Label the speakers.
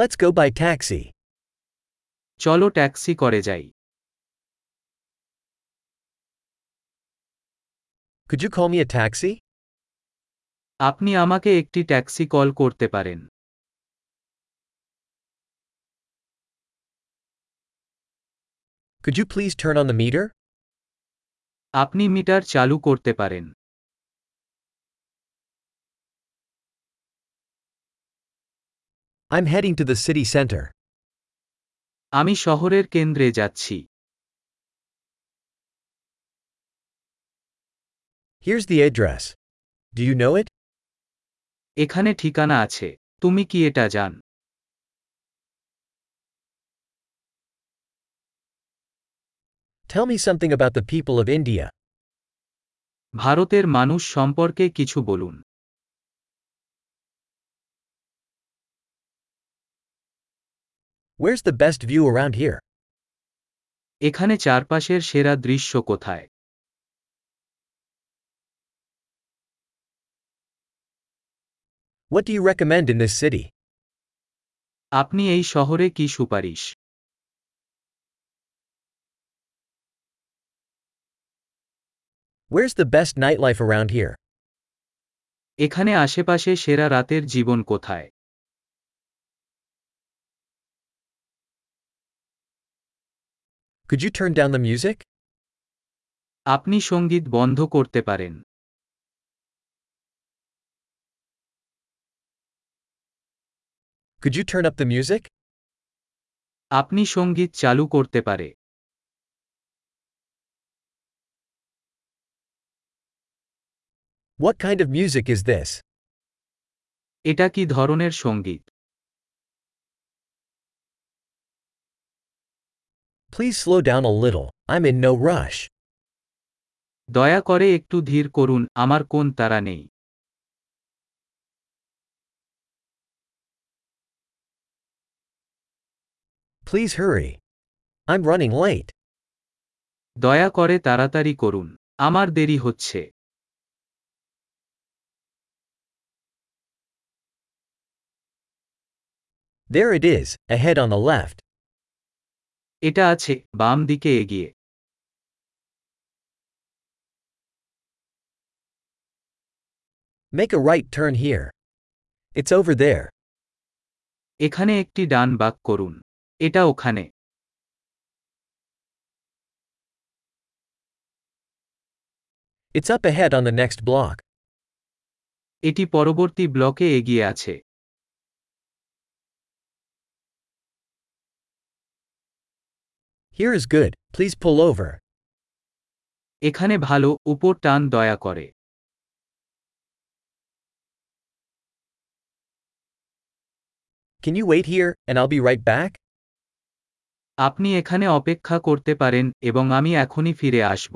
Speaker 1: Let's go by taxi.
Speaker 2: চলো taxi করে যাই
Speaker 1: Could you call me a taxi?
Speaker 2: আপনি আমাকে একটি ট্যাক্সি কল করতে পারেন
Speaker 1: Could you please turn on the meter?
Speaker 2: আপনি মিটার চালু করতে পারেন
Speaker 1: I'm heading to the city center.
Speaker 2: আমি শহরের কেন্দ্রে যাচ্ছি
Speaker 1: Here's the address. Do you know it?
Speaker 2: এখানে ঠিকানা আছে তুমি কি এটা জান
Speaker 1: Tell me something about the people of India.
Speaker 2: ভারতের মানুষ সম্পর্কে কিছু বলুন
Speaker 1: Where's the best view around here?
Speaker 2: এখানে চারপাশের সেরা দৃশ্য কোথায়
Speaker 1: What do you recommend in this city?
Speaker 2: আপনি এই শহরে কি সুপারিশ
Speaker 1: Where's the best nightlife around here?
Speaker 2: এখানে আশেপাশে সেরা রাতের জীবন কোথায়
Speaker 1: Could you turn down the music?
Speaker 2: আপনি সঙ্গীত বন্ধ করতে পারেন
Speaker 1: Could you turn up the music?
Speaker 2: আপনি সঙ্গীত চালু করতে পারে
Speaker 1: What kind of music is this?
Speaker 2: এটা কি ধরনের সঙ্গীত
Speaker 1: Please slow down a little. I'm in no rush.
Speaker 2: দয়া করে একটু ধীর করুন আমার কোন তারা নেই
Speaker 1: Please hurry. I'm running late.
Speaker 2: দয়া করে তাড়াতাড়ি করুন আমার দেরি হচ্ছে
Speaker 1: There it is, ahead on the left.
Speaker 2: এটা আছে বাম দিকে এগিয়ে
Speaker 1: Make a right turn here. It's over there.
Speaker 2: এখানে একটি ডান বাক করুন এটা ওখানে
Speaker 1: It's up ahead on the next block.
Speaker 2: এটি পরবর্তী ব্লকে এগিয়ে আছে
Speaker 1: Here is good, please pull over.
Speaker 2: এখানে ভালো উপর টান দয়া করে
Speaker 1: Can you wait here, and I'll be right back?
Speaker 2: আপনি এখানে অপেক্ষা করতে পারেন এবং আমি এখনই ফিরে আসব